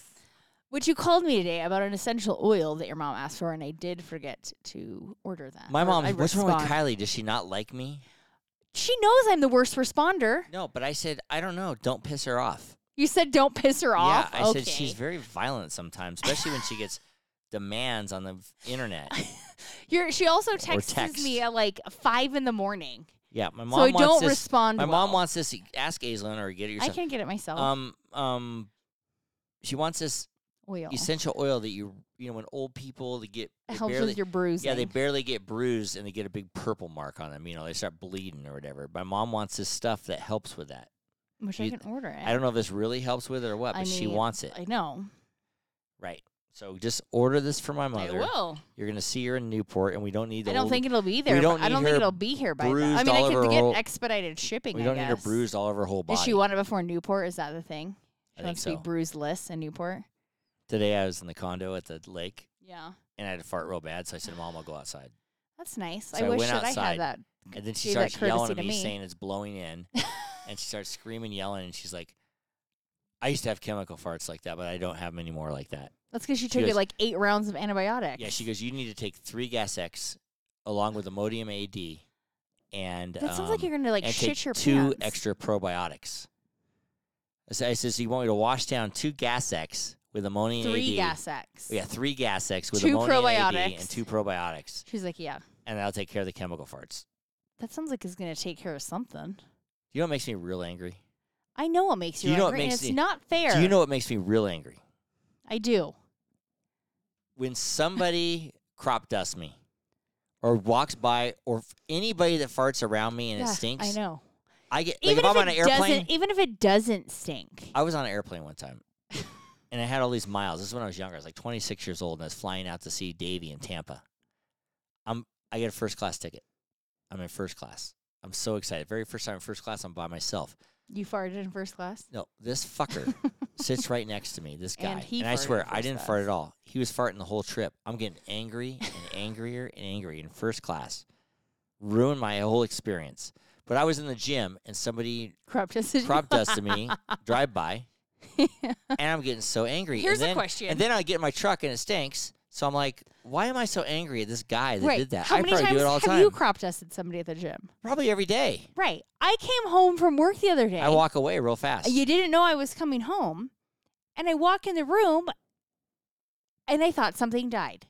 Which you called me today about an essential oil that your mom asked for, and I did forget to order that. My or mom, I what's wrong with respond- Kylie? Does she not like me? She knows I'm the worst responder. No, but I said, I don't know. Don't piss her off. You said don't piss her off. Yeah, I okay. said she's very violent sometimes, especially when she gets demands on the v- internet. You're, she also texts text. me at like five in the morning, Yeah, my mom so I wants don't this. respond. my well. mom wants this. e, Ask Aislinn or get I it yourself. can't get it myself. Um, um, she wants this oil essential oil that you you know when old people they get it they helps barely, with your bruising. yeah they barely get bruised and they get a big purple mark on them. You know they start bleeding or whatever. My mom wants this stuff that helps with that. Wish I you- can order it. I don't know if this really helps with it or what, but I she mean, wants it. I know. right. So just order this for my mother. I will. You're gonna see her in Newport, and we don't need the I don't old- think it'll be there. don't but I need don't think her it'll be here by. Then. I bruised mean, all I over could her- get expedited shipping. we I don't need her guess. bruised all over her whole body. Does she want it before Newport? Is that the thing? I She think wants to so. be bruiseless in Newport. Today I was in the condo at the lake, Yeah, and I had to fart real bad, so I said, "Mom, I'll go outside." that's nice. So I I wish went that I outside. had that. And then she Gave that starts yelling courtesy to at me, me. saying it's blowing in. and she starts screaming, yelling, and she's like, I used to have chemical farts like that, but I don't have them anymore like that. That's because she She took goes- it like eight rounds of antibiotics. Yeah, she goes, You need to take three Gas X along with Imodium AD. And That sounds like um, you're gonna like and shit take your two pants. extra probiotics. I said, I says, You want me to wash down two Gas X with Imodium AD? three gas X. Yeah, three Gas X with Two Imodium AD and probiotics. two probiotics. She's like, yeah, And that'll take care of the chemical farts. that sounds like it's gonna take care of something. You know what makes me real angry? I know it makes you, You know what angry, and makes it's me- not fair. Do you know what makes me real angry? I do. when somebody crop dusts me or walks by or f- anybody that farts around me and Yeah, it stinks, I know. I get like even if I'm it on an airplane, Uh, doesn't, even if it doesn't stink, I was on an airplane one time and I had all these miles. This is when I was younger. I was like 26 years old and I was flying out to see Davy in Tampa. I'm I get a first class ticket. I'm in first class. I'm so excited. Very first time in first class, I'm by myself. you farted in first class. No, this fucker sits right next to me, this guy. And he I farted swear, in I first didn't class. fart at all. He was farting the whole trip. I'm getting angry and angrier and angry in first class. Ruined my whole experience. But I was in the gym and somebody Crop dusted. crop dusted me, drive by, and I'm getting so angry. Here's and a then, question. And then I get in my truck and it stinks. So I'm like, why am I so angry at this guy that right. did that? How I many probably times do it all have the time. you crop dusted somebody at the gym? probably every day. Right. I came home from work the other day. I walk away real fast. You didn't know I was coming home, and I walk in the room, and I thought something died.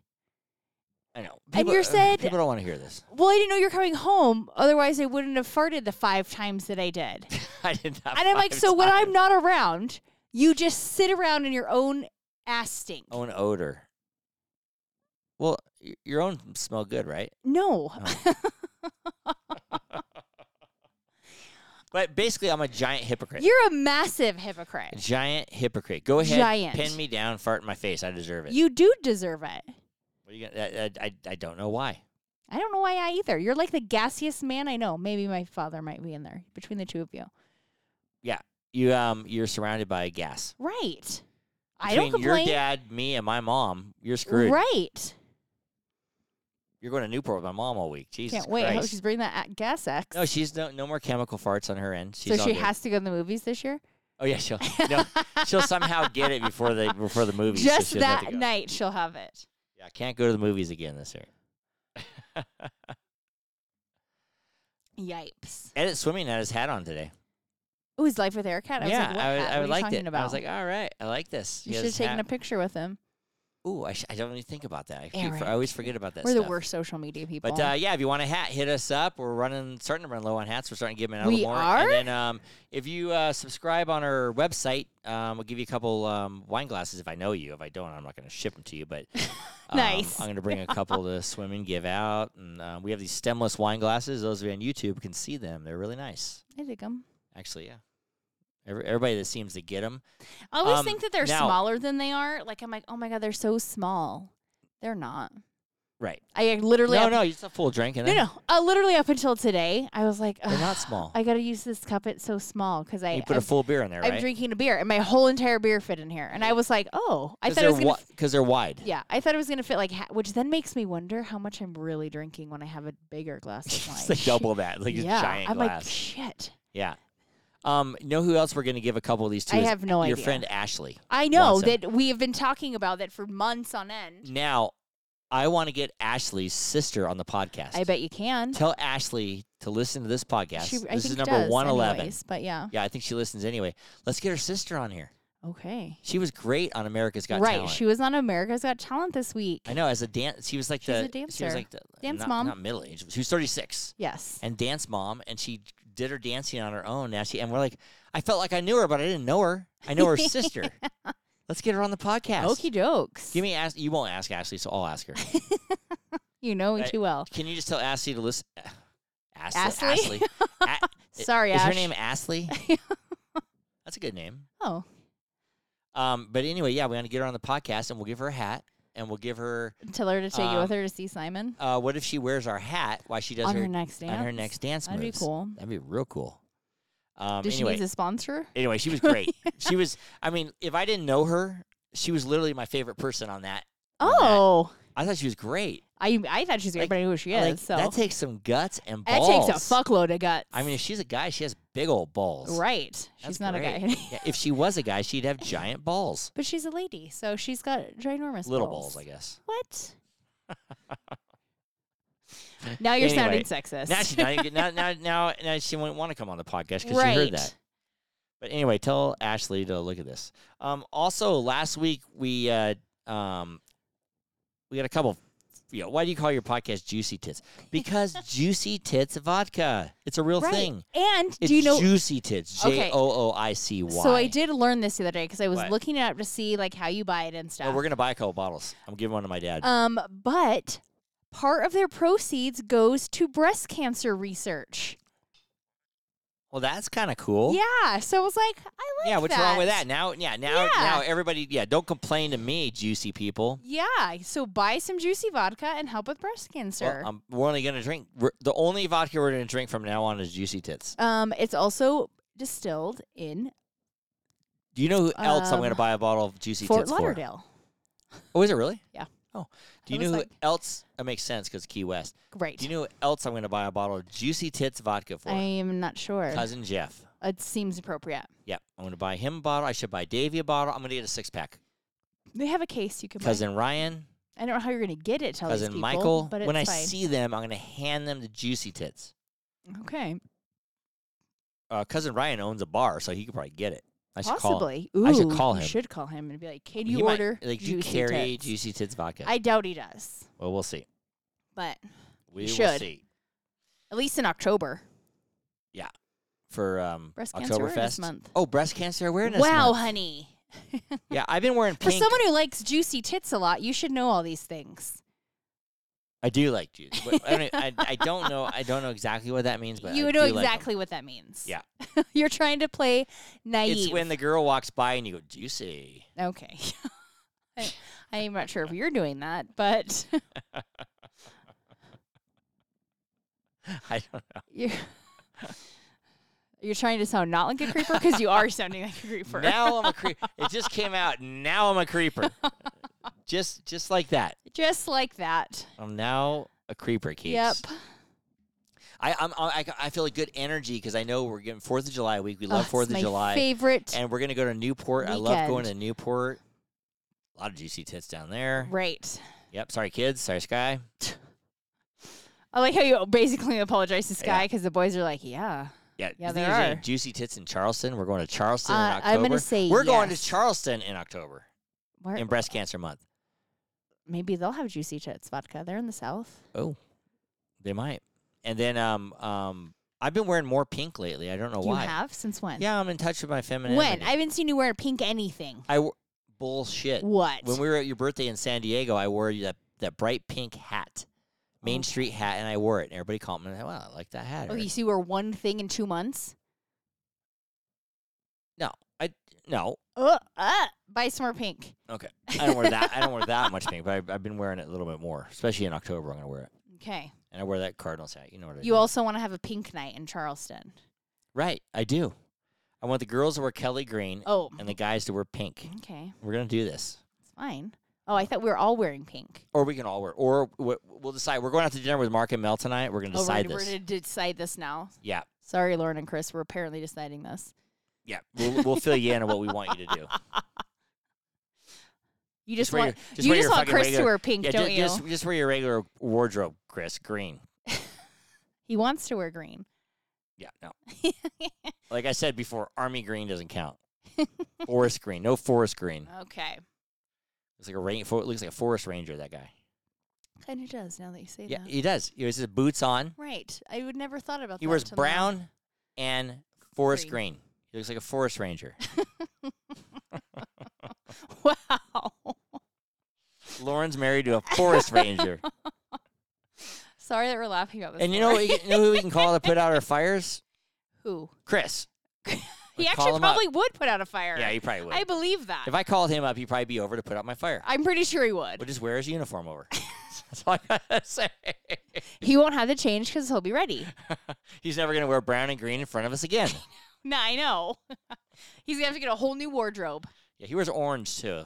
I know. and People- you're uh, said- people don't want to hear this. Well, I didn't know you're coming home. Otherwise, I wouldn't have farted the five times that I did. I did not. And I'm like, five so when times. I'm not around, you just sit around in your own ass stink. own odor. Well, y- your own smell good, right? No. But basically, I'm a giant hypocrite. You're a massive a hypocrite. giant hypocrite. Go ahead, Giant. pin me down, fart in my face. I deserve it. You do deserve it. What are you gonna, I, I- I, I don't know why. I don't know why I either. You're like the gaseous man I know. Maybe my father might be in there between the two of you. You um, you're surrounded by gas. Right. I don't Between complain. Your dad, me, and my mom, you're screwed. Right. You're going to Newport with my mom all week. Jesus Can't wait. I hope Christ. she's bringing that a- gas X. no, she's no, no more chemical farts on her end. She's so all she good. has to go to the movies this year. Oh yeah, she'll no, she'll somehow get it before the before the movie. Just so she doesn't have to that go. night, she'll have it. Yeah, can't go to the movies again this year. Yipes. Edit swimming had his hat on today. Oh, his life with Eric hat. I yeah, was like, what I, hat? I what are you liked talking it. about? I was like, oh, all right, I like this. you should have taken a a. picture with him. Ooh, I, sh- I don't even think about that. I, keep for- I Eric. always forget about that. We're stuff. the worst social media people. But uh, yeah, if you want a hat, hit us up. We're running, starting to run low on hats. We're starting to give them out We more. are? And then um, if you uh, subscribe on our website, um, we'll give you a couple um, wine glasses if I know you. If I don't, I'm not going to ship them to you. But um, Nice. I'm going to bring a couple to swim and give out. And um, we have these stemless wine glasses. Those of you on YouTube can see them. They're really nice. I dig 'em. Actually, yeah. Every, everybody that seems to get them. I always Um, think that they're now- smaller than they are. Like I'm like, oh my god, they're so small. They're not. Right. I uh, literally No, up- no, it's a full drink. in no it. no. Uh, literally up until today, I was like, They're "Ugh, not small. I gotta use this cup. It's so small because I you put I'm, a full beer in there, I'm right? drinking a beer and my whole entire beer fit in here. And I was like, oh, I Because thought it they're, was gonna. wi- 'cause they're wide. Yeah, I thought it was gonna fit like, ha- which then makes me wonder how much I'm really drinking when I have a bigger glass of wine. it's like double that, like yeah, a giant I'm glass. like, shit. yeah. Um, know who else we're going to give a couple of these to? I is have no your idea. friend Ashley. I know Watson. that we have been talking about that for months on end. Now, I want to get Ashley's sister on the podcast. I bet you can. Tell Ashley to listen to this podcast. She, this I is think number does 111. anyways, but yeah, Yeah, I think she listens anyway. Let's get her sister on here. okay. She was great on America's Got right, Talent. she was on America's Got Talent this week. I know as a dance, she was like She's the a She was dancer. like the, Dance not, mom. not middle aged. She was 36. Yes, and dance mom, and she did her dancing on her own. Now she and we're like, I felt like I knew her, but I didn't know her. I know her sister. Let's get her on the podcast. okey dokes. Give me ask. You won't ask Ashley, so I'll ask her. you know me I- too well. Can you just tell Ashley to listen? Ashley. Ashley? Ashley. A- Sorry, is her Ash. name Ashley? That's a good name. Oh, Um, but anyway, yeah, we want to get her on the podcast, and we'll give her a hat, and we'll give her. tell her to take you Um, with her to see Simon Uh, what if she wears our hat while she does on her, her, next dance. on her next dance That'd be moves? cool. That'd be real cool. Um, Does anyway, she need a sponsor? Anyway, she was great. she was. I mean, if I didn't know her, she was literally my favorite person on that. on that. Oh, I thought she was great. I I thought she was Like- like, everybody knew who she is. Like, so that takes some guts and That balls. takes a fuckload of guts. I mean, if she's a guy, she has big old balls. right? That's she's not great. a guy, Yeah, if she was a guy, she'd have giant balls. but she's a lady, so she's got ginormous Little balls. balls, I guess. What? now you're sounding Anyway, sexist. Now she, now, you get- now, now, now, now she wouldn't want to come on the podcast because right. she heard that. But anyway, tell Ashley to look at this. Um, also, last week we uh, um, we got a couple. You know, why do you call your podcast Juicy Tits? Because Juicy Tits Vodka. It's a real Right. thing. And It's do you know? Juicy Tits? J Okay. O O I C Y. So I did learn this the other day because I was What? looking it up to see like how you buy it and Well, stuff. we're gonna buy a couple bottles. I'm giving one to my dad. um, but part of their proceeds goes to breast cancer research. well, that's kind of cool. Yeah. So I was like, I like. Yeah. What's wrong with that? Now, yeah. Now, Yeah. now everybody. Yeah. Don't complain to me, juicy people. Yeah. So buy some juicy vodka and help with breast Well, cancer. um, we're only gonna drink. We're, the only vodka we're gonna drink from now on is Juicy Tits. um, it's also distilled in Do you know who else I'm going to Um, buy a bottle of juicy Fort tits Lauderdale. for? Oh, is it really? Yeah. Oh, do I you was know like- who else? That makes sense because Key West. Great. Do you know who else I'm going to buy a bottle of juicy tits vodka for? I am not sure. Cousin Jeff. It seems appropriate. Yep, I'm going to buy him a bottle. I should buy Davey a bottle. I'm going to get a six pack. They have a case you can buy. Cousin Ryan, I don't know how you're gonna get it to all these cousin people, Michael. but it's when I fine. see them, I'm going to hand them the juicy tits. okay, Uh, cousin Ryan owns a bar, so he could probably get it. I should call. him. possibly. I should Ooh, call him. You should call him and be like, "Can He you might- order like do you juicy carry tits?" juicy tits vodka? I doubt he does, well, we'll see. but We will should. see. at least in October, for um, Breast Cancer Oktoberfest Awareness Month. Oh, breast cancer awareness. wow, month. honey. Yeah, I've been wearing For pink. someone who likes juicy tits a lot, you should know all these things. I do like juice. But I, don't, I, I don't know. I don't know exactly what that means, but you I know do like 'em. exactly what that means. Yeah. you're trying to play naive. it's when the girl walks by and you go juicy. Okay. I, I'm not sure if you're doing that, but I don't know. you're, you're trying to sound not like a creeper because you are sounding like a creeper. Now I'm a creeper. it just came out. Now I'm a creeper. just just like that. Just like that. I'm now a creeper case. Yep. I I'm, I I feel a good energy because I know we're getting Fourth of July week. We Oh, love it's Fourth of my July, Favorite. and we're gonna go to Newport. I love going to weekend. Newport. A lot of juicy tits down there. Right. Yep. Sorry, kids. Sorry, Sky. I like how you basically apologize to Yeah. Sky because the boys are like, yeah. Yeah, Yeah, you think there there's any are. juicy tits in Charleston. We're going to Charleston in Uh, October. I'm gonna say we're going to yes. Charleston in October Where, in Breast Cancer Month. maybe they'll have juicy tits vodka. They're in the South. Oh, they might. And then um um I've been wearing more pink lately. I don't know you Oh, why. have since when? Yeah, I'm in touch with my femininity. When? I haven't seen you wear pink anything. I wo- bullshit. What? When we were at your birthday in San Diego, I wore that that bright pink hat, Main Street hat, and I wore it. And everybody commented, "Wow, I like that hat." oh, or- you see, wear one thing in two months. no, I no. Uh, uh, buy some more pink. Okay, I don't wear that. I don't wear that much pink, but I, I've been wearing it a little bit more, especially in October. I'm gonna wear it, Okay. and I wear that Cardinals hat. You know what I You do. also want to have a pink night in Charleston. right? I do. I want the girls to wear Kelly green Oh, Mm-hmm. and the guys to wear pink. okay. We're gonna do this. It's fine. Oh, I thought we were all wearing pink. or we can all wear, or we- we'll decide. We're going out to dinner with Mark and Mel tonight. We're going to Oh, we're, decide we're this. gonna decide this now. yeah, Sorry, Lauren and Chris. We're apparently deciding this. yeah. We'll, we'll fill you in on what we want you to do. You just, wear want your- you wear just your want fucking Chris to regular- wear pink, Yeah, don't ju- you? just, just wear your regular wardrobe, Chris. Green. he wants to wear green. Yeah, no. like I said before, army green doesn't count. forest green, no forest green. Okay. It's like a rain. fo- Looks like a forest ranger. That guy. Kind of does now that you say Yeah, that. he does. He has his boots on. Right. I would never thought about He that. wears till now. brown and forest Green. green. He looks like a forest ranger. Wow. Lauren's married to a forest ranger. Sorry that we're laughing about this. And you know, Lauren. what- you know who we can call to put out our fires? who? Chris. He call actually him up. probably would put out a fire. Yeah, he probably would. I believe that. if I called him up, he'd probably be over to put out my fire. I'm pretty sure he would. We'll just wear his uniform over. That's all I gotta say. He won't have to change because he'll be ready. He's never gonna wear brown and green in front of us again. No, I know. He's gonna have to get a whole new wardrobe. Yeah, he wears orange too.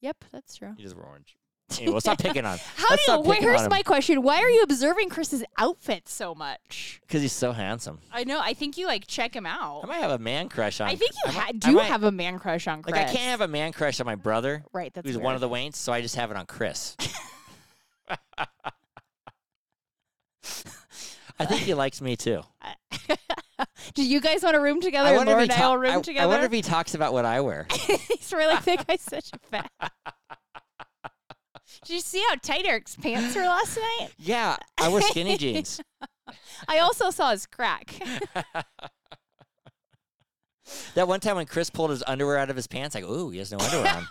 Yep, that's true. He does wear orange. Anyway, let's stop picking on. How let's do you? stop Wait, picking here's my question: Why are you observing Chris's outfit so much? Because he's so handsome. I know. I think you like check him I out. might have a man crush on. I think you I might- ha- I do might- have a man crush on Chris. Like I can't have a man crush on my brother, right. That's who's weird. one of the Waynes, so I just have it on Chris. I think he likes me too. Do you guys want a room together? I and wonder, Laura if and he I ta- all room I- I together. wonder if he talks about what I wear. He's really think I'm such a fat. Did you see how tight Eric's pants were last night? yeah, I wear skinny jeans. I also saw his crack. That one time when Chris pulled his underwear out of his pants, like, ooh, he has no underwear on.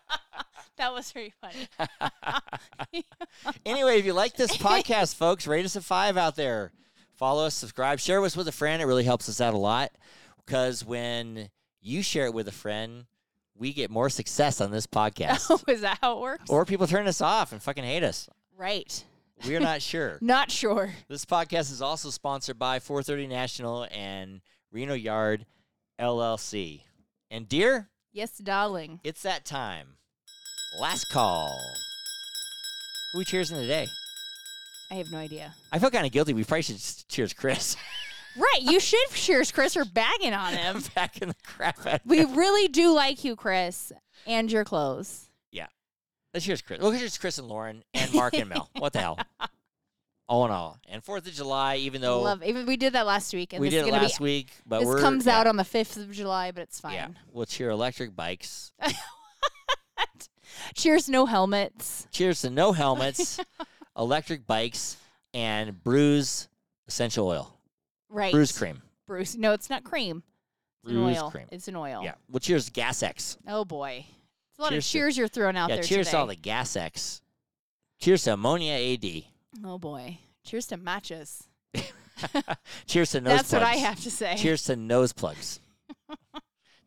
that was pretty funny. anyway, if you like this podcast, folks, rate us a five out there. Follow us, subscribe, share us with a friend. It really helps us out a lot because when you share it with a friend, we get more success on this podcast. Was that how it works? or people turn us off and fucking hate us. right. We're not sure. Not sure. This podcast is also sponsored by 430 National and Reno Yard LLC. And dear, Yes, darling. it's that time. Last call. Who we cheers in today? I have no idea. I feel kind of guilty. We probably should s- cheers Chris. Right. You should cheers Chris or bagging on him. I'm back in the crap out. we really do like you, Chris, and your clothes. Let's cheers Chris. Well, cheers Chris and Lauren and Mark and Mel. What the hell? All in all. And 4th of July, even though Love. Even we did that last week, and we this did is it gonna last be. week, but this we're. comes yeah, out on the fifth of July, but it's fine. Yeah. We'll cheer electric bikes. Cheers, no helmets. Cheers to no helmets, electric bikes, and Brews essential oil. Right. Brews cream. Bruce. No, it's not cream. It's Bruise an oil. cream. It's an oil. Yeah. Well, cheers to Gas X. Oh boy. It's a lot Cheers of to- cheers you're throwing out yeah. there. Cheers today. to all the Gas X. Cheers to ammonia AD. Oh boy. Cheers to matches. cheers to nose That's plugs. what I have to say. Cheers to nose plugs.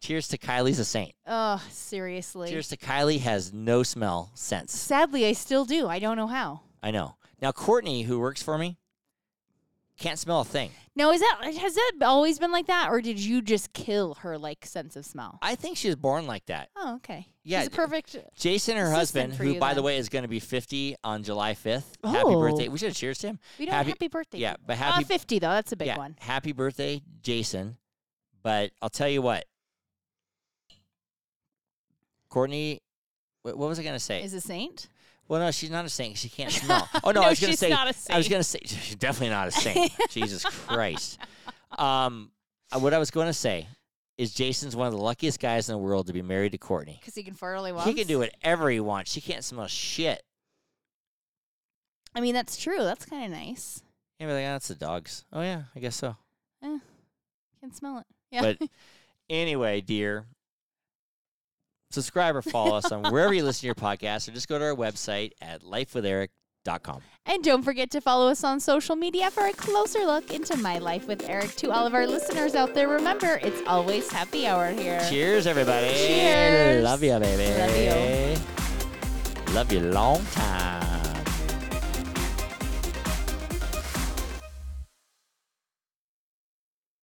cheers to Kylie's a saint. Oh, seriously. Cheers to Kylie has no smell sense. Sadly, I still do. I don't know how. I know. Now Courtney, who works for me, can't smell a thing. Now, is that has that always been like that, or did you just kill her like sense of smell? I think she was born like that. Oh, okay. Yeah, uh, He's a perfect. Jason, her assistant husband, for who you by the then. way is going to be 50 on July 5th. Happy birthday! Oh. We should have cheers to him. We don't happy, Happy- happy birthday. Yeah, but Ah, happy 50 though. That's a big yeah, one. Happy birthday, Jason. But I'll tell you what, Courtney. wh- What was I going to say? Is a saint? well, no, she's not a saint. She can't smell. Oh no, I No, was going to she's say. not a I was saint. going to say she's definitely not a saint. Jesus Christ. Um, uh, what I was going to say is Jason's one of the luckiest guys in the world to be married to Courtney. Because he can fart all he wants. He can do whatever he wants. She can't smell shit. I mean, that's true. That's kind of nice. Yeah, but like, oh, that's the dogs. Oh yeah, I guess so. Can smell it. Yeah. But anyway, dear, subscribe or follow us on wherever you listen to your podcast, or just go to our website at lifewitheric.com. And don't forget to follow us on social media for a closer look into my life with Eric. To all of our listeners out there, remember it's always happy hour here. Cheers, everybody. Cheers. Love you, baby. Love you long time.